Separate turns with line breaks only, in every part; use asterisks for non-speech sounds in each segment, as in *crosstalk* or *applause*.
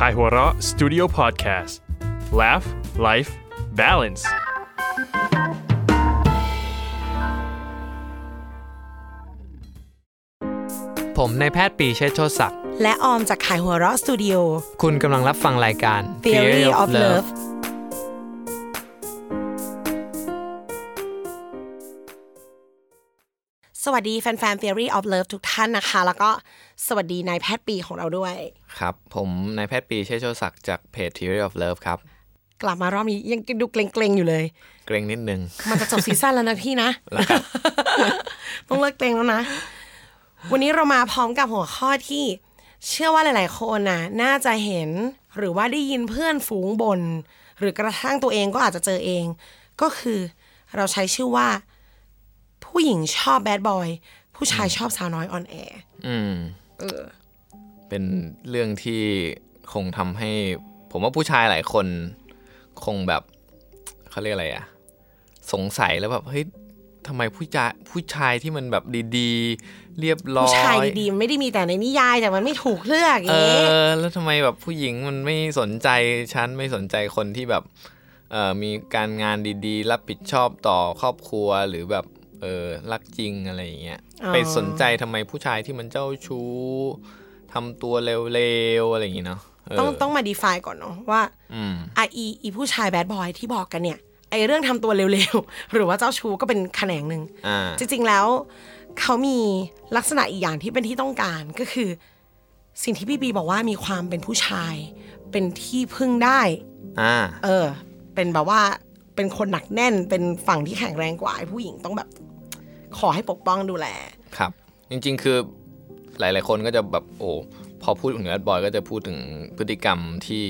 k a i h u r a Studio Podcast Laugh Life Balance
ผมนายแพทย์ปรีเชษฐ์โชติศักดิ์
และออมจากขายหัวเราะสตูดิโอ
คุณกำลังรับฟังรายการ
Theory of Love สวัสดีแฟนๆ Theory of Love ทุกท่านนะคะ แล้วก็สวัสดีนายแพทย์ปีของเราด้วย
ครับ ผมนายแพทย์ปรีเชษฐ์โชติศักดิ์จากเพจ Theory of Love ครับ
กลับมารอบนี้ยังดูเกรงๆ อยู่เลย
เกรงนิดนึง
มันจะจบซีซั่นแล้วนะพี่นะ
แล้วครับ
*laughs* ต้องเลิกเกรงแล้วนะ วันนี้เรามาพร้อมกับหัวข้อที่ เชื่อว่าหลาย ๆ คนน่ะ น่าจะเห็นหรือว่าได้ยินเพื่อนฝูงบน่นหรือกระทั่งตัวเองก็อาจจะเจอเอง ก็คือเราใช้ชื่อว่า ผู้หญิงชอบแบดบอย ผู้ชายชอบสาวน้อยออนแอร์
อืม เป็นเรื่องที่คงทำให้ ผมว่าผู้ชายหลายคน คงแบบ เขาเรียกอะไรอะสงสัยแล้วแบบ เฮ้ยทำไมผู้ชายผู้ชายที่มันแบบดีๆ เรียบร้อย
ผู้ชายดีๆไม่ได้มีแต่ในนิยายแต่มันไม่ถูกเลือก
เอ
เอ๊ะ
อ แล้วทำไมแบบผู้หญิงมันไม่สนใจฉันไม่สนใจคนที่แบบเออมีการงานดีๆ รับผิดชอบต่อครอบครัวหรือแบบเออรักจริงอะไรอย่างเงี้ยไปสนใจทำไมผู้ชายที่มันเจ้าชู้ทำตัวเร็วๆอะไรอย่างงี้เนาะเ
ต้องต้องมาดีไฟก่อนเนาะว่า
อืม
ไอะอีอีผู้ชายแบดบอยที่บอกกันเนี่ยไอเรื่องทำตัวเร็วๆ *laughs* หรือว่าเจ้าชู้ก็เป็นแขนงหนึ่ง
อ่า
จริงๆแล้ว เขามีลักษณะอีกอย่างที่เป็นที่ต้องการก็คือ สิ่งที่พี่บีบอกว่ามีความเป็นผู้ชาย เป็นที่พึ่งได้
อ่า
เออ เป็นแบบว่าเป็นคนหนักแน่นเป็นฝั่งที่แข็งแรงกว่าไอ้ผู้หญิงต้องแบบ ขอให้ปกป้องดูแล
ครับ จริงๆ คือหลายๆ คนก็จะแบบโอ้พอพูดถึงแบดบอยก็จะพูดถึงพฤติกรรมที่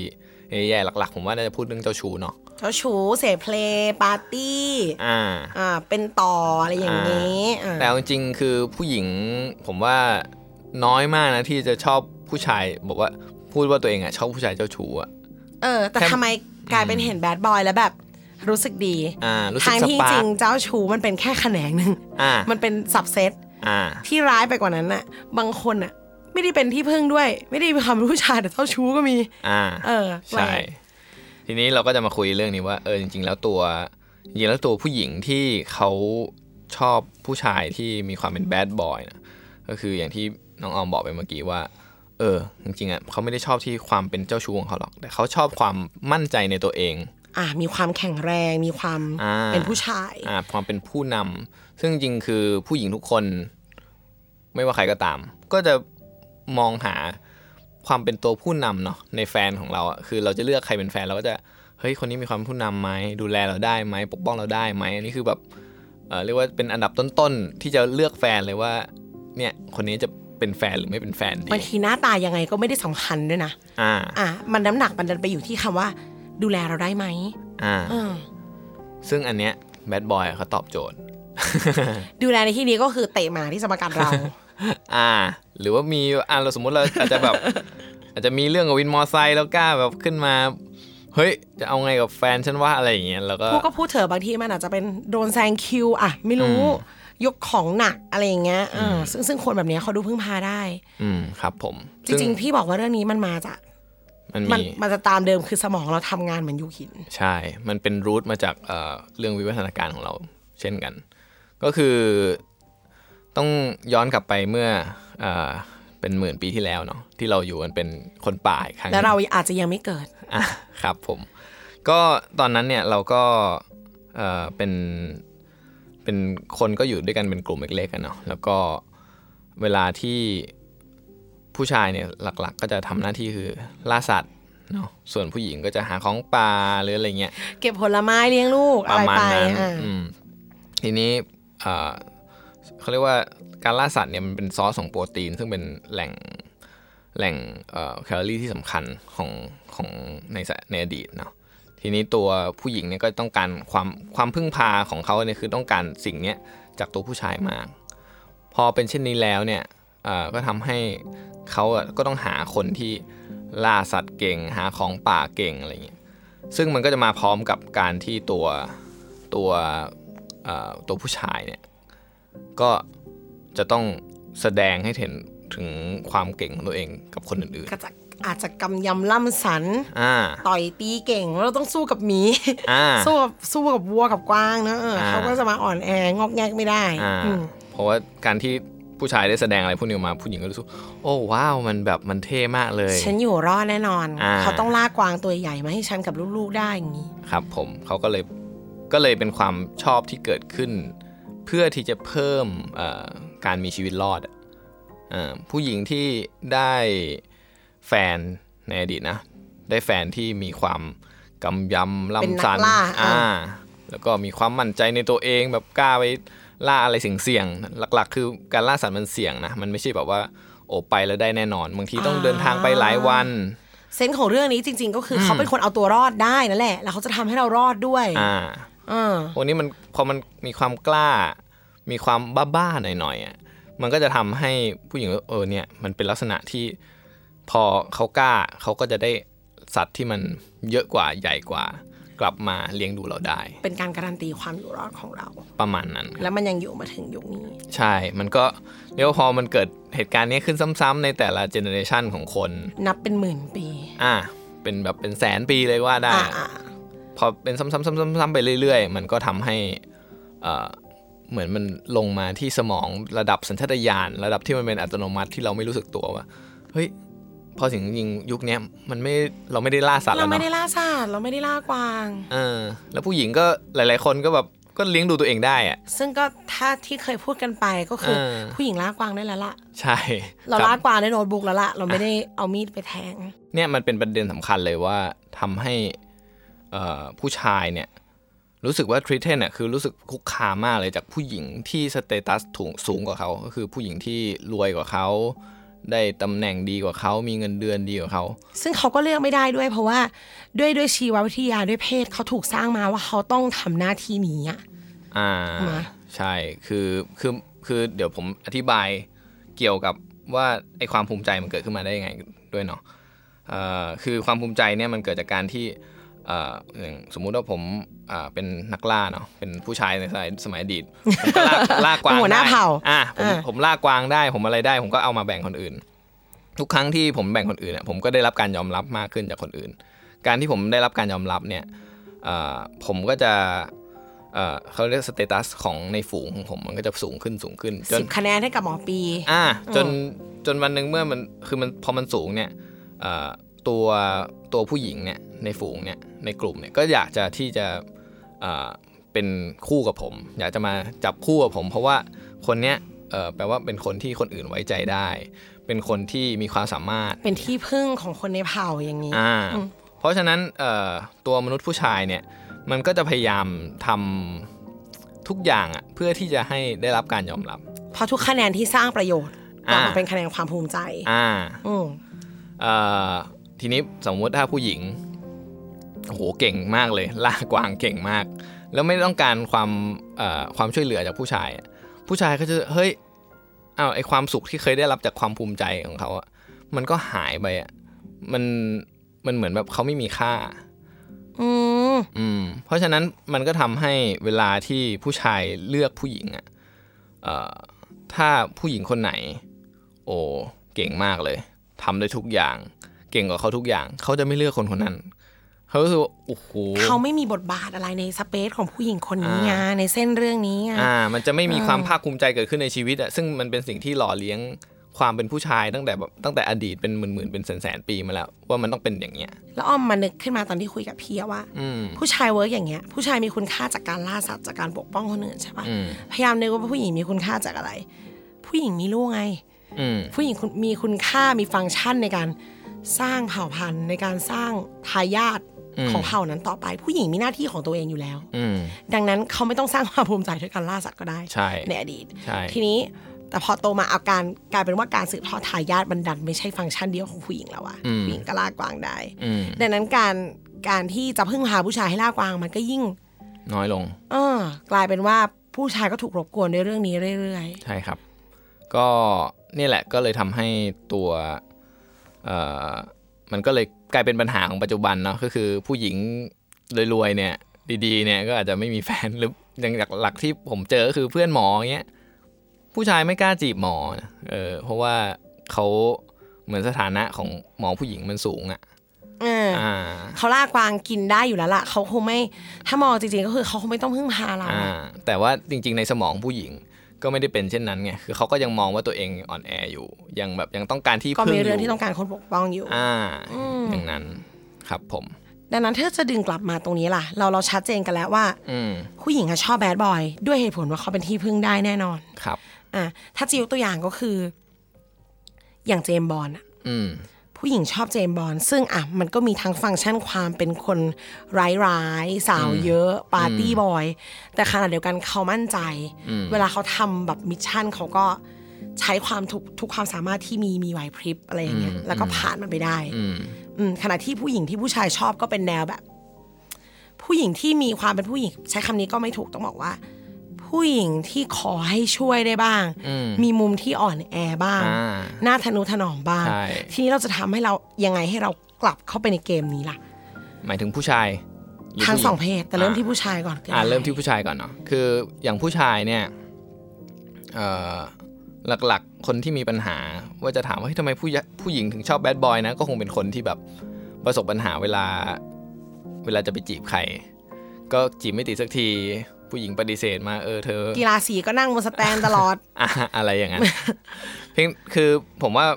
แย่ๆหลักๆ ผมว่าน่าจะพูดเรื่องเจ้าชู้เนาะ
เจ้าชู้เสพเพลงปาร์ตี้
อ่า
อ่าเป็นต่ออะไรอย่างนี้อ่า
แต่เอาจริงๆคือผู้หญิงผมว่าน้อยมากนะที่จะชอบผู้ชายบอกว่าพูดว่าตัวเองอะชอบผู้ชายเจ้าชู้อะ
เออแต่
แค่
ทำไมกลายเป็นเห็นแบดบอยแล้วแบบรู้สึกดี
อ่ารู้สึก
ทางที่
สปาร์ค
จริงเจ้าชูมันเป็นแค่แขนงหนึ่ง
อ่ามั
มันเป็นสับเซต
อ่า
ที่ร้ายไปกว่านั้นน่ะ บางคนน่ะ ไม่ได้เป็นที่พึ่งด้วย ไม่ได้มีความรู้ชายแต่เจ้าชูก็มี
อ่า
เออ
ใช่
แปลก
ทีนี้เราก็จะมาคุยเรื่องนี้ว่าเออจริง ๆ แล้วตัวจริงๆแล้วตัวผู้หญิงที่เขาชอบผู้ชายที่มีความเป็นแบดบอยนะก็คืออย่างที่น้องออมบอกไปเมื่อกี้ว่า เออ จริงๆอะเขาไม่ได้ชอบที่ความเป็นเจ้าชู้ของเขาหรอก แต่เขาชอบความมั่นใจในตัวเอง
อ่ะมีความแข็งแรง มีความ
อ่า
เป็นผู้ชาย
อ่าความเป็นผู้นำซึ่งจริงๆคือผู้หญิงทุกคน ไม่ว่าใครก็ตาม ก็จะมองหาความเป็นตัวผู้นำเนาะในแฟนของเราอะคือเราจะเลือกใครเป็นแฟนเราก็จะเฮ้ยคนนี้มีความผู้นำไหมดูแลเราได้ไหมปกป้องเราได้ไหมอันนี้คือแบบเอ่อเรียกว่าเป็นอันดับต้นๆที่จะเลือกแฟนเลยว่า เนี่ยคนนี้จะเป็นแฟนหรือไม่เป็นแฟนดี
บางทีหน้าตายังไงก็ไม่ได้สำคัญด้วยนะ
อ่า
อ่ะมันน้ำหนักมันดันไปอยู่ที่คำว่า ดูแลเราได้ไหม
อ่า
เออ
ซึ่งอันเนี้ยแบดบอยเขาตอบโจทย์
ดูแลในที่นี้ก็คือเตะหมาที่สมการ
*laughs*
เรา
อ่า หรือว่ามีอ่าเราสมมติเราอาจจะแบบ
*laughs*
อาจจะมีเรื่องกับวินมอไซค์แล้วกล้าแบบขึ้นมา เฮ้ย จะเอาไงกับแฟนฉันว่าอะไรอย่างเงี้ยแล้วก็
พูดก็พูดเถอะบางทีมันอาจจะเป็นโดนแซงคิวอะไม่รู้ ยกของหนักอะไรอย่างเงี้ยเออซึ่งซึ่งคนแบบเนี้ยเขาดูพึ่งพาได้
อืมครับผม
จริง ๆ พี่บอกว่าเรื่องนี้มันมาจาก
ๆมัน
มัน
มี
มันจะตามเดิมคือสมองเราทำงานเหมือนยูหิน
ใช่ มันเป็นรูทมาจากเอ่อเรื่องวิวัฒนาการของเรา เช่นกัน ก็คือต้องย้อนกลับไปเมื่อเอ่อเป็นหมื่นปีที่แล้วเนาะที่เราอยู่กันเป็นคนป่าอีกครั้งห
แล้
นึ่
ว
ง
เราอาจจะยังไม่เกิด
อ่ะ *laughs* ครับผม ก็ตอนนั้นเนี่ยเราก็เออเป็นเป็นคนก็อยู่ด้วยกันเป็นกลุ่มเล็กๆกันเนาะแล้วก็เวลาที่ผู้ชายเนี่ยหลักๆ ก็จะทำหน้าที่คือล่าสัตว์เนาะส่วนผู้หญิงก็จะหาของป่าหรืออะไรเงี้ย
เก็บผลไม้เลี้ยงลูก
ป
อะไร
ระมาณ
ไป
นั้น
อ่ะ
อืมทีนี้เอ่อเขาเรียกว่าการล่าสัตว์เนี่ยมันเป็นซอสของโปรตีน ซึ่งเป็นแหล่ง แหล่งแคลอรี่ที่สำคัญของของในสะในอดีตเนาะทีนี้ตัวผู้หญิงเนี่ยก็ต้องการความความพึ่งพาของเขาเนี่ยคือต้องการสิ่งเนี้ยจากตัวผู้ชายมาก พอเป็นเช่นนี้แล้วเนี่ยเอ่อก็ทำให้เขาอะก็ต้องหาคนที่ล่าสัตว์เก่ง หาของป่าเก่งอะไรเงี้ยซึ่งมันก็จะมาพร้อมกับการที่ตัวตัวเอ่อตัวผู้ชายเนี่ยก็จะต้องแสดงให้เห็นถึงความเก่งของตัวเองกับคนอื่น
ก็จะอาจจะกำยำล่ำสัน
ๆอ่า
ต่อยตีเก่งเราต้องสู้กับหมี
อ่า
สู้กับสู้กับวัวกับกวางนะเอออา เขาก็จะมาอ่อนแองอกแงกไม่ได้
อ่า
อืม
เพราะว่าการที่ผู้ชายได้แสดงอะไรพวกนี้ออกมาผู้หญิงก็รู้สึกโอ้ว้าวมันแบบมันเท่มากเลย
ฉันอยู่รอดแน่นอน
อ่า
เขาต้องลากกวางตัวใหญ่มาให้ฉันกับลูกๆได้อย่างนี้
ครับผมเขาก็เลยก็เลยเป็นความชอบที่เกิดขึ้น เพื่อที่จะเพิ่มเอ่อการมีชีวิตรอดอะเอ่อผู้หญิงที่ได้แฟนในอดีตนะ ได้แฟนที่มีความกำยำ
เป็น
ล่ำ
นั
สั
ก
น
ล่าอ่า
อ่าแล้วก็มีความมั่นใจในตัวเองแบบกล้าไปล่าอะไรเสี่ยงๆหลักๆ คือการล่าสัตว์มันเสี่ยงนะมันไม่ใช่แบบว่าโอ้ไปแล้วได้แน่นอนบางทีต้องเดินทางไปหลายวัน
เซนส์ของเรื่องนี้จริง ๆ ก็คืออเขาเป็นคนเอาตัวรอดได้นั่นแหละ แล้วเขาจะทำให้เรารอดด้วย
อ่า
เออ
พวกนี้มันพอมันมีความกล้า มีความบ้าๆหน่อยๆอ่ะมันก็จะทำให้ผู้หญิงเออเนี่ยมันเป็นลักษณะที่พอเขากล้าเขาก็จะได้สัตว์ที่มันเยอะกว่าใหญ่กว่า กลับมาเลี้ยงดูเราได้
เป็นการการันตีความอยู่รอดของเรา
ประมาณนั้นครับ
แล้วมันยังอยู่มาถึงยุคนี้
ใช่ มันก็เรียกว่าพอมันเกิดเหตุการณ์นี้ขึ้นซ้ำๆในแต่ละเจเนอเรชันของคน
นับเป็นหมื่นปี
อ่ะเป็นแบบเป็นแสนปีเลยว่าได้
อ่าอ่า
พอเป็นซ้ำๆๆๆๆไปเรื่อยๆ มันก็ทำให้เอ่อเหมือนมันลงมาที่สมองระดับสัญชาตญาณระดับที่มันเป็นอัตโนมัติที่เราไม่รู้สึกตัวว่าเฮ้ยพอถึงจริงๆยุคเนี้ยมันไม่เราไม่ได้ล่าสัตว์
เรา
แล้ว
ไม่ได้
เนาะ
ล่าสัตว์เราไม่ได้ล่ากวาง
เออแล้วผู้หญิงก็หลายๆคนก็แบบก็เลี้ยงดูตัวเองได้อะ
ซึ่งก็ถ้าที่เคยพูดกันไปก็คือ
เออ
ผู้หญิงล่ากวางได้แล้วล่ะ
ใช่
เรา
คบ
ลากกวางในโน้ตบุ๊กแล้วล่ะ เราไม่ได้เอามีดไปแทง
เนี่ยมันเป็นประเด็นสำคัญเลยว่าทำให้เอ่อผู้ชายเนี่ยรู้สึกว่าทรีเทนเนี่ยคือรู้สึกคุกคามมากเลยจากผู้หญิงที่สเตตัสถูงสูงกว่าเขาก็คือผู้หญิงที่รวยกว่าเขา ได้ตำแหน่งดีกว่าเขา มีเงินเดือนดีกว่าเขา
ซึ่งเขาก็เลือกไม่ได้ด้วย เพราะว่าด้วยด้วยชีววิทยาด้วยเพศเขาถูกสร้างมาว่าเขาต้องทำหน้าที่นี้อะ
อ่า
มา
ใช่คือคือคือเดี๋ยวผมอธิบายเกี่ยวกับว่าไอความภูมิใจมันเกิดขึ้นมาได้ยังไงด้วยเนาะเอ่อคือความภูมิใจเนี่ยมันเกิดจากการที่เอ่ออย่างสมมุติว่าผมอ่าเป็นนักล่าเนาะเป็นผู้ชายในสมัยสมัยอดีตผมก็ล่า
*laughs*
ล่ากวาง
เป็นหัวหน้า
ได้
เผ่า
อ่ะผม
อ่า
ผมล่ากวางได้ ผมอะไรได้ ผมก็เอามาแบ่งคนอื่น ทุกครั้งที่ผมแบ่งคนอื่นเนี่ยผมก็ได้รับการยอมรับมากขึ้นจากคนอื่น การที่ผมได้รับการยอมรับเนี่ยเอ่อผมก็จะเอ่อเขาเรียกสเตตัสของในฝูงของผมมันก็จะสูงขึ้นสูงขึ้นจน
สิบคะแนนให้กับหมอปี
อ่า
อืม
จนจนวันหนึ่งเมื่อมันคือมันพอมันสูงเนี่ยเอ่อตัวตัวผู้หญิงเนี่ยในฝูงเนี่ยในกลุ่มเนี่ยก็อยากจะที่จะเอ่อเป็นคู่กับผม อยากจะมาจับคู่กับผม เพราะว่าคนเนี้ยเอ่อแปลว่าเป็นคนที่คนอื่นไว้ใจได้ เป็นคนที่มีความสามารถ
เป็นที่พึ่งของคนในเผ่าอย่างนี้
อ่า
อืม
เพราะฉะนั้นเอ่อตัวมนุษย์ผู้ชายเนี่ยมันก็จะพยายามทำทุกอย่างอะเพื่อที่จะให้ได้รับการยอมรับ
เพราะทุกคะแนนที่สร้างประโยชน์ก
อ่า
ลับมาเป็นคะแนนความภูมิใจ
อ่า
อืม
เอ่อทีนี้สมมติถ้าผู้หญิงโอ้โหเก่งมากเลย ล่ากวางเก่งมาก แล้วไม่ต้องการความเอ่อความช่วยเหลือจากผู้ชายอะผู้ชายก็จะเฮ้ยอ้าวไอความสุขที่เคยได้รับจากความภูมิใจของเขาอะมันก็หายไปอะมันมันเหมือนแบบเขาไม่มีค่า
อืม
อืมเพราะฉะนั้นมันก็ทำให้เวลาที่ผู้ชายเลือกผู้หญิงอะเอ่อถ้าผู้หญิงคนไหน โอ้เก่งมากเลยทำได้ทุกอย่าง เก่งกว่าเขาทุกอย่าง เขาจะไม่เลือกคนคนนั้น เขารู้สึกว่าโอ้โห
เขาไม่มีบทบาทอะไรในสเปซของผู้หญิงคนนี้ไงในเส้นเรื่องนี้ไง
อ่า มันจะไม่มีความภาคภูมิใจเกิดขึ้นในชีวิตอะซึ่งมันเป็นสิ่งที่หล่อเลี้ยงความเป็นผู้ชายตั้งแต่แบบตั้งแต่อดีตเป็นหมื่นๆเป็นแสนๆปีมาแล้ว ว่ามันต้องเป็นอย่างเงี้ย
แล้วอ้อมมานึกขึ้นมาตอนที่คุยกับพี่อะว่า
อืม
ผู้ชายเวิร์กอย่างเงี้ย ผู้ชายมีคุณค่าจากการล่าสัตว์จากการปกป้องคนอื่นใช่ปะ
อืม
พยายามนึกว่าผู้หญิงมีคุณค่าจากอะไร ผู้หญิงมีลูกไง
อืม
ผู้หญิงคุณมีคุณค่ามีฟังก์ชันในการสร้างเผ่าพันธุ์ในการสร้างทายาท
อืม
ของเผ่านั้นต่อไป ผู้หญิงมีหน้าที่ของตัวเองอยู่แล้ว
อืม
ดังนั้นเขาไม่ต้องสร้างความภูมิใจด้วยการล่าสัตว์ก็ได้
ใช่
ในอดีต
ใช่
ทีนี้ แต่พอโตมาอาการกลายเป็นว่าการสืบทอดทายาทมันดันไม่ใช่ฟังก์ชันเดียวของผู้หญิงแล้วอะ
อืม
ผู้หญิงก็ลากกวางได้
อืม
ดังนั้นการการที่จะพึ่งพาผู้ชายให้ลากกวางมันก็ยิ่ง
น้อยลง
เออกลายเป็นว่าผู้ชายก็ถูกรบกวนในเรื่องนี้เรื่อย
ใช่ครับ ก็เนี่ยแหละก็เลยทำให้ตัวเอ่อมันก็เลยกลายเป็นปัญหาของปัจจุบันเนาะก็คือผู้หญิงรวยๆเนี่ย ดีๆ เนี่ยก็อาจจะไม่มีแฟน หรืออย่างหลักๆที่ผมเจอก็คือเพื่อนหมออย่างเงี้ยผู้ชายไม่กล้าจีบหมอนะเออเพราะว่าเขาเหมือนสถานะของหมอผู้หญิงมันสูงอะ
ๆเออ
อ่า
เขาลากกวางกินได้อยู่แล้วล่ะเขาคงไม่ถ้ามองจริงๆก็คือเขาคงไม่ต้องพึ่งพาเรา
อ่า
อะ
แต่ว่าจริงๆในสมองผู้หญิงก็ไม่ได้เป็นเช่นนั้นไงคือเขาก็ยังมองว่าตัวเองอ่อนแออยู่ ยังแบบยังต้องการที่
ก็
พึ่ง
มี
อ
เรื่อง
ยู่
ที่ต้องการคนปกป้องอยู่
อ่า
อืม
อย่างนั้นครับผม
ดังนั้นถ้าจะดึงกลับมาตรงนี้ล่ะ เราเราชัดเจนกันแล้วว่า
อืม
ผู้หญิงอะชอบแบดบอยด้วยเหตุผลว่าเขาเป็นที่พึ่งได้แน่นอน
ครับ
อ่ะถ้าจะยกตัวอย่างก็คือ อย่างเจมส์บอลอะ
อืม
ผู้หญิงชอบเจมส์บอลซึ่งอ่ะมันก็มีทั้งฟังก์ชันความเป็นคนร้ายๆ สาวเยอะ ปาร์ตี้บอย แต่ขณะเดียวกันเขามั่นใจ เวลาเขาทำแบบมิชชั่นเขาก็ใช้ความทุกทุกความสามารถที่มีมีไหวพริบอะไรอย่างเงี้ยแล้วก็ผ่านมันไปได้
อืม
อืมขณะที่ผู้หญิงที่ผู้ชายชอบก็เป็นแนวแบบ ผู้หญิงที่มีความเป็นผู้หญิง ใช้คำนี้ก็ไม่ถูกต้องบอกว่า ผู้หญิงที่ขอให้ช่วยได้บ้าง
อืม
มีมุมที่อ่อนแอบ้าง
อ่า
หน้าทนุถนอมบ้าง
ใช่
ทีนี้เราจะทำให้เรายังไงให้เรากลับเข้าไปในเกมนี้ล่ะ
หมายถึงผู้ชายหรือ
ทั้ง
ผู้หญิ
สองเพศ แต่เริ่ม
อ่า
ที่ผู้ชายก่อนก็ได้
อ่าเริ่มที่ผู้ชายก่อนเนาะคืออย่างผู้ชายเนี่ยเอ่อหลักๆ คนที่มีปัญหา ว่าจะถามว่าเฮ้ยทำไมผู้ยะผู้หญิงถึงชอบแบดบอยนะ ก็คงเป็นคนที่แบบประสบปัญหาเวลา เวลาจะไปจีบใคร ก็จีบไม่ติดสักที ผู้หญิงปฏิเสธมาเออเธอ
กีฬาสีก็นั่งบนสแตนตลอด
อ่ะ *laughs* อะไรอย่างนั้น เพียงคือผมว่า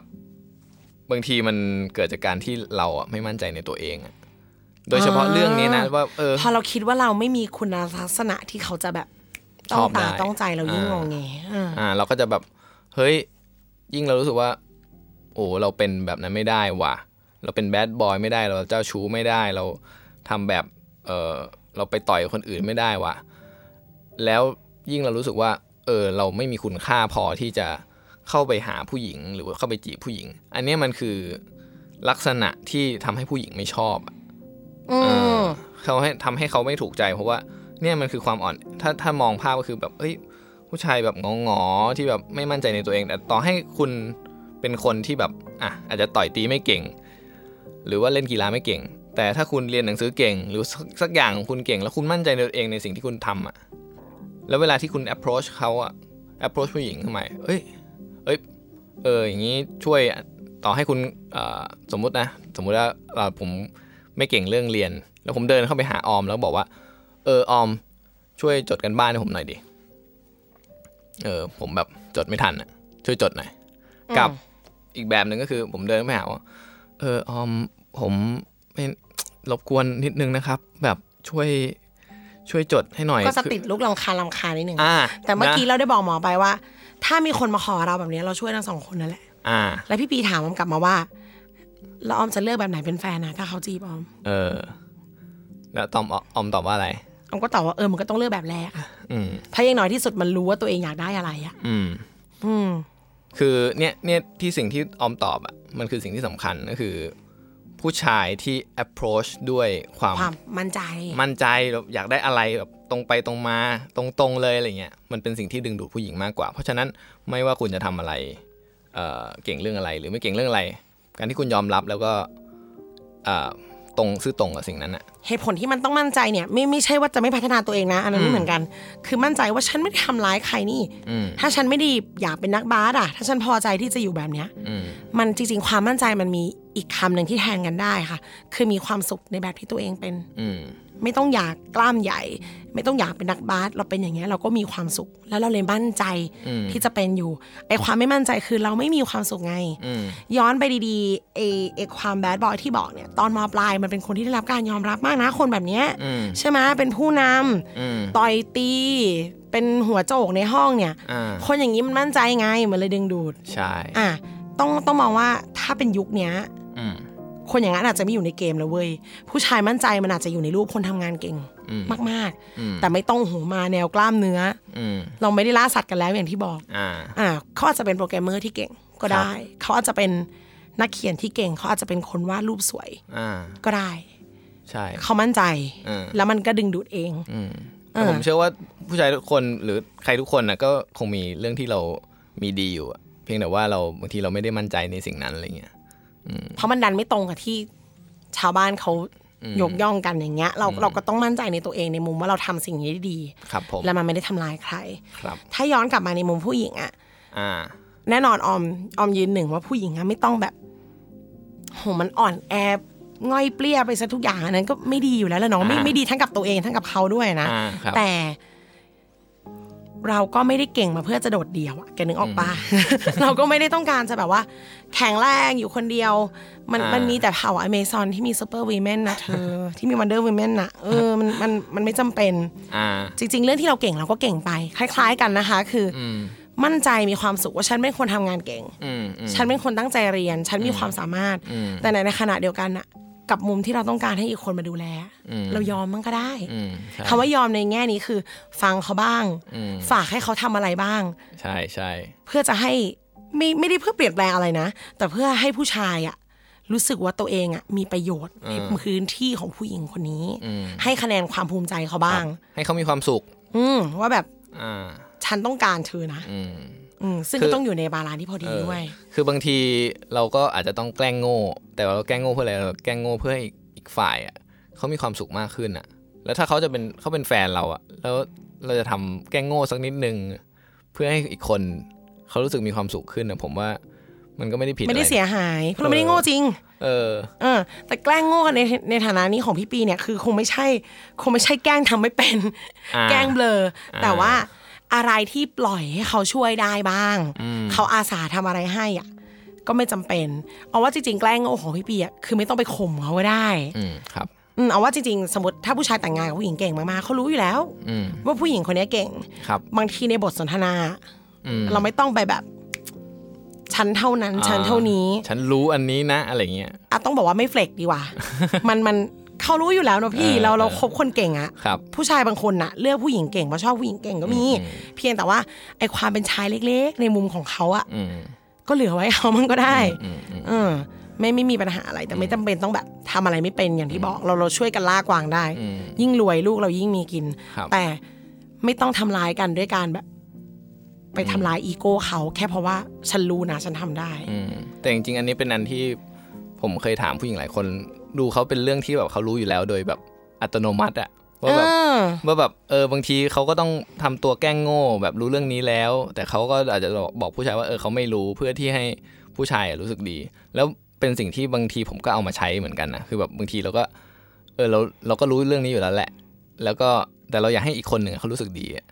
บางทีมันเกิดจากการที่เราอ่ะไม่มั่นใจในตัวเองอะโดยเฉพาะเรื่องนี้นะว่าเออ
พอเราคิดว่าเราไม่มีคุณลักษณะที่เขาจะแบบ
ช
ต้อ
อง บได้
ตาต้องใจเรายิ่งง
อ่าง
งเงอ่า
อ่าเราก็จะแบบเฮ้ยยิ่งเรารู้สึกว่า โอ้เราเป็นแบบนั้นไม่ได้ว่ะ เราเป็นแบดบอยไม่ได้เราเจ้าชู้ไม่ได้เราทำแบบเออเราไปต่อยคนอื่นไม่ได้ว่ะ แล้วยิ่งเรารู้สึกว่า เออ เราไม่มีคุณค่าพอที่จะเข้าไปหาผู้หญิง หรือว่าเข้าไปจีบผู้หญิง อันเนี้ยมันคือลักษณะที่ทำให้ผู้หญิงไม่ชอบอะ
อื
เออ
ม
เขาให้ทำให้เขาไม่ถูกใจ เพราะว่าเนี่ยมันคือความอ่อน ถ้าถ้ามองภาพก็คือแบบเอ้ย ผู้ชายแบบงองอๆที่แบบไม่มั่นใจในตัวเอง แต่ต่อให้คุณเป็นคนที่แบบอ่ะอาจจะต่อยตีไม่เก่ง หรือว่าเล่นกีฬาไม่เก่ง แต่ถ้าคุณเรียนหนังสือเก่ง หรือสักสักอย่างของคุณเก่ง แล้วคุณมั่นใจในตัวเองในสิ่งที่คุณทำอ่ะแล้วเวลาที่คุณ approach เขาอ่ะ approach ผู้หญิงทำไมเอ้ยเอ้ยเอออย่างนี้ช่วยต่อให้คุณเอ่อสมมุตินะ สมมุติว่าเอ่อผมไม่เก่งเรื่องเรียน แล้วผมเดินเข้าไปหาออม แล้วบอกว่า เออออม ช่วยจดกันบ้านให้ผมหน่อยดิ เออผมแบบจดไม่ทันอ่ะช่วยจดหน่อยกับอีกแบบหนึ่งก็คือ ผมเดินไปหาว่าเออออมผมไม่รบกวนนิดนึงนะครับ แบบช่วยช่วยจดให้หน่อย
ก็จะ
คือ
ติดลูกลำคาญลำคาญนิดหนึ่ง
อ่า
แต่เมื่อกี้
นะ
เราได้บอกหมอไปว่า ถ้ามีคนมาขอเราแบบนี้เราช่วยทั้งสองคนนั่นแหละ
อ่า
แล้วพี่ปีถามออมกลับมาว่าแล้วออมจะเลือกแบบไหนเป็นแฟนนะถ้าเขาจีบออม
เออ แล้วตอมออมตอบว่าอะไร
ออมก็ตอบว่าเออมันก็ต้องเลือกแบบแรกอะ
อืม
เพราะอยังน้อยที่สุดมันรู้ว่าตัวเองอยากได้อะไรอะ
อืม
อืม
คือเนี่ยเนี่ยที่สิ่งที่ออมตอบอ่ะมันคือสิ่งที่สำคัญก็คือ ผู้ชายที่ approach ด้วยความ
ความมั่นใจ
มั่นใจแบบอยากได้อะไรแบบตรงไปตรงมาตรงๆเลยอะไรเงี้ยมันเป็นสิ่งที่ดึงดูดผู้หญิงมากกว่า เพราะฉะนั้นไม่ว่าคุณจะทำอะไรเอ่อเก่งเรื่องอะไร หรือไม่เก่งเรื่องอะไร การที่คุณยอมรับแล้วก็เอ่อตรงซื่อตรงกับสิ่งนั้นอ่ะ
เหตุผลที่มันต้องมั่นใจเนี่ยไม่ไม่ใช่ว่าจะไม่พัฒนาตัวเองนะ อันนั้นไม่เหมือนกัน คือมั่นใจว่าฉันไม่ได้ทำร้ายใครนี่
อืม
ถ้าฉันไม่ไดีอยากเป็นนักบาสอะถ้าฉันพอใจที่จะอยู่แบบเนี้ย
อืม
มันจริงๆ ความมั่นใจมันมีอีกคำหนึ่งที่แทนกันได้ค่ะ คือมีความสุขในแบบที่ตัวเองเป็น
อืม
ไม่ต้องอยากกล้ามใหญ่ ไม่ต้องอยากเป็นนักบาสเราเป็นอย่างเงี้ยเราก็มีความสุข แล้วเราเลยมั่นใจที่จะเป็นอยู่ไอความไม่มั่นใจคือเราไม่มีความสุขไง
อืม
ย้อนไปดีๆไอไอความแบดบอยที่บอกเนี่ย ตอนมปลายมันเป็นคนที่ได้รับการยอมรับมากนะคนแบบเนี้ย
อืม
ใช่ไหมเป็นผู้นำ
อืม
ต่อยตี เป็นหัวโจกในห้องเนี่ย
อ่า
คนอย่างนี้มันมั่นใจไง มันเลยดึงดูด
ใช่
อ่ะ ต้องต้องมองว่าถ้าเป็นยุคเนี้ย
อืม
คนอย่างนั้นอาจจะไม่อยู่ในเกมแล้วเว้ย ผู้ชายมั่นใจมันอาจจะอยู่ในรูปคนทำงานเก่งมากๆ แต่ไม่ต้องหูมาแนวกล้ามเนื้ออ
ม
เราไม่ได้ล่าสัตว์กันแล้วอย่างที่บอก
อ่า
อ่าเขาอาจจะเป็นโปรแกรมเมอร์ที่เก่งก็ได้ เขาอาจจะเป็นนักเขียนที่เก่ง เขาอาจจะเป็นคนวาดรูปสวย
อ่า
ก็ได้
ใช่
เขามั่นใจ
อืม
แล้วมันก็ดึงดูดเอง
แต่ผมเชื่อว่าผู้ชายทุกคนหรือใครทุกคนนะก็คงมีเรื่องที่เรามีดีอยู่อะเพียงแต่ว่าเราบางทีเราไม่ได้มั่นใจในสิ่งนั้นอะไรเงี้ย
เพราะมันดันไม่ตรงกับที่ชาวบ้านเขายกย่องกันอย่างเงี้ย เราเราก็ต้องมั่นใจในตัวเองในมุมว่าเราทำสิ่งนี้ได้ดี
ครับผม
แล้วมันไม่ได้ทำลายใคร
ครับ
ถ้าย้อนกลับมาในมุมผู้หญิงอะ
อ่า
แน่นอนออมออมยืนหนึ่งว่าผู้หญิงอะไม่ต้องแบบโหมันอ่อนแอง่อยเปลี้ยไปซะทุกอย่างอันนั้นก็ไม่ดีอยู่แล้วแหละเนาะไม่
อ่า
ไม่ดีทั้งกับตัวเองทั้งกับเขาด้วยนะ
อ่าครับ
แต่ เราก็ไม่ได้เก่งมาเพื่อจะโดดเดี่ยวอะแกนึกออกปะ *laughs* เราก็ไม่ได้ต้องการจะแบบว่า แข็งแรงอยู่คนเดียว มัน
อ่ามั
มันมีแต่เผ่าอเมซอนที่มีซูเปอร์วีแมนนะเธอ ที่มีวันเดอร์วีแมนนะเออมันมันมันไม่จำเป็น
อ่า
จริงๆ เรื่องที่เราเก่งเราก็เก่งไป คล้าย ๆ กันนะคะ คืออมั่นใจมีความสุขว่าฉันเป็นคนทำงานเก่ง
อืมอืม
ฉันเป็นคนตั้งใจเรียน ฉันมีความสามารถ แต่ในขณะเดียวกันน่ะ กับมุมที่เราต้องการให้อีกคนมาดูแล เรายอมมันก็ได้
อืมใช่
คำว่ายอมในแง่นี้คือ ฟังเขาบ้าง ฝากให้เขาทำอะไรบ้าง
ใช่ใช่
เพื่อจะให้ไม่ไม่ได้เพื่อเปลี่ยนแปลงอะไรนะ แต่เพื่อให้ผู้ชายอะรู้สึกว่าตัวเองอะมีประโยชน์ในพื้นที่ของผู้หญิงคนนี้ ให้คะแนนความภูมิใจเขาบ้าง
ให้เขามีความสุข
อืมว่าแบบ
อ่า
ฉันต้องการเธอนะอืมซึ่ง
คื
ก็
อ
ต้องอยู่ในบาลานซ์ที่พอดีด้วย
คือบางทีเราก็อาจจะต้องแกล้งโง่ แต่ว่าเราแกล้งโง่เพื่ออะไรเราแกล้งโง่เพื่อให้อีกฝ่ายอ่ะเขามีความสุขมากขึ้นอ่ะ แล้วถ้าเขาจะเป็นเขาเป็นแฟนเราอ่ะ แล้วเราจะทำแกล้งโง่สักนิดนึง เพื่อให้อีกคนเขารู้สึกมีความสุขขึ้นนะผมว่ามันก็ไม่ได้ผิด
ไม่ได้
อะร
เสียหาย เพราะเราไม่ได้โง่จริง
เออ
เออ แต่แกล้งโง่กันในในฐานะนี้ของพี่ปีเนี่ยคือคงไม่ใช่ คงไม่ใช่แกล้งทำไม่เป็น
อ่า
แกล้งเบลออแต่ว่าอะไรที่ปล่อยให้เขาช่วยได้บ้าง เขาอาสาทำอะไรให้อ่ะ ก็ไม่จำเป็น เอาว่าจริงๆแกล้งโง่ของพี่ปีอ่ะคือไม่ต้องไปข่มเขาก็ได้
อืมครับ
อืมเอาว่าจริงๆ สมมติถ้าผู้ชายแต่งงานกับผู้หญิงเก่งมากๆเขารู้อยู่แล้ว
อืม
ว่าผู้หญิงคนนี้เก่ง
ครับ
บางทีในบทสนทนา
อืม
เราไม่ต้องไปแบบ ฉันเท่านั้น ฉันเท่านี้
ฉันรู้อันนี้นะ อะไรเงี้ย
อะต้องบอกว่าไม่เฟลกดี *laughs* กว่า มันมันเขารู้อยู่แล้วเนอะพี่
เออ
เราเรา
เออ
คบคนเก่งอะ
ครับ
ผู้ชายบางคนน่ะ เลือกผู้หญิงเก่งเพราะชอบผู้หญิงเก่งก็มี เพียงแต่ว่าไอความเป็นชายเล็ก ๆ ในมุมของเขาอะ
อืม
ก็เหลือไว้เขามันก็ได้เออไม่ไม่มีปัญหาอะไรแต่ไม่จำเป็นต้องแบบทำอะไรไม่เป็นอย่างที่บอก เราเราช่วยกันลากวางได้ ยิ่งรวยลูกเรายิ่งมีกิน
ครับ
แต่ไม่ต้องทำร้ายกันด้วยการแบบ ไปทำร้ายอีโก้เขา แค่เพราะว่าฉันรู้นะฉันทำได้
อืมแต่จริงๆ อันนี้เป็นอันที่ผมเคยถามผู้หญิงหลายคน ดูเขาเป็นเรื่องที่แบบเขารู้อยู่แล้วโดยแบบอัตโนมัติอะว่าแบบ
เออ
ว่าแบบเออบางทีเขาก็ต้องทำตัวแกล้งโง่แบบรู้เรื่องนี้แล้ว แต่เขาก็อาจจะบอกผู้ชายว่าเออเขาไม่รู้เพื่อที่ให้ผู้ชายอะรู้สึกดี แล้วเป็นสิ่งที่บางทีผมก็เอามาใช้เหมือนกันนะคือแบบบางทีเราก็ เออเราเราก็รู้เรื่องนี้อยู่แล้วแหละ แล้วก็แต่เราอยากให้อีกคนหนึ่งเขารู้สึกดีอะ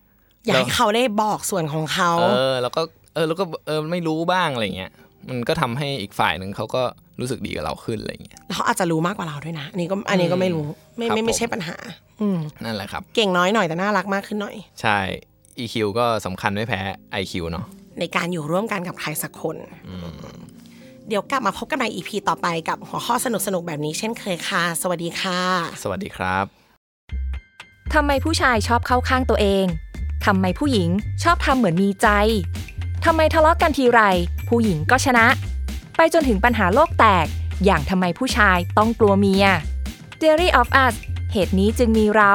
อยากให้เขาได้บอกส่วนของเขา
เออแล้วก็เออแล้วก็เออไม่รู้บ้างอะไรเงี้ยมันก็ทำให้อีกฝ่ายหนึ่งเขาก็รู้สึกดีกับเราขึ้นอะไรเงี้ย
เขาอาจจะรู้มากกว่าเราด้วยนะ อันนี้ก็อันนี้ก็ไม่รู้ ไม่
ครับ
ไม่ไม่
ผม
ใช่ปัญหา อืม
นั่นแหละครับ
เก่งน้อยหน่อยแต่น่ารักมากขึ้นหน่อย
ใช่ EQ ก็สำคัญไม่แพ้ IQ เนาะ
ในการอยู่ร่วมกันกับใครสักคน เดี๋ยวกลับมาพบกันใน EP ต่อไปกับหัวข้อสนุกๆแบบนี้เช่นเคยค่ะ สวัสดีค่ะ
สวัสดีครับ
ทำไมผู้ชายชอบเข้าข้างตัวเอง ทำไมผู้หญิงชอบทำเหมือนมีใจ ทำไมทะเลาะกันทีไร ผู้หญิงก็ชนะ ไปจนถึงปัญหาโลกแตก อย่างทำไมผู้ชายต้องกลัวเมีย Diary of Us เหตุนี้จึงมีเรา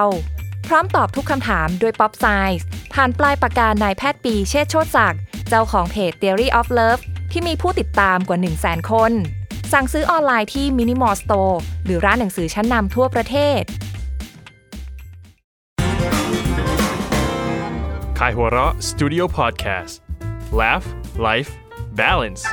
พร้อมตอบทุกคำถามด้วยป๊อปไซส์ผ่านปลายปากกานายแพทย์ปีเชษฐ์โชติศักดิ์เจ้าของเพจ Theory of Love ที่มีผู้ติดตามกว่า 1 0 0 0 0 0 คน สั่งซื้อออนไลน์ที่ Minimal Store หรือร้านหนังสือชั้นนำทั่วประเทศ
Kaihura Studio Podcast Laugh Life Balance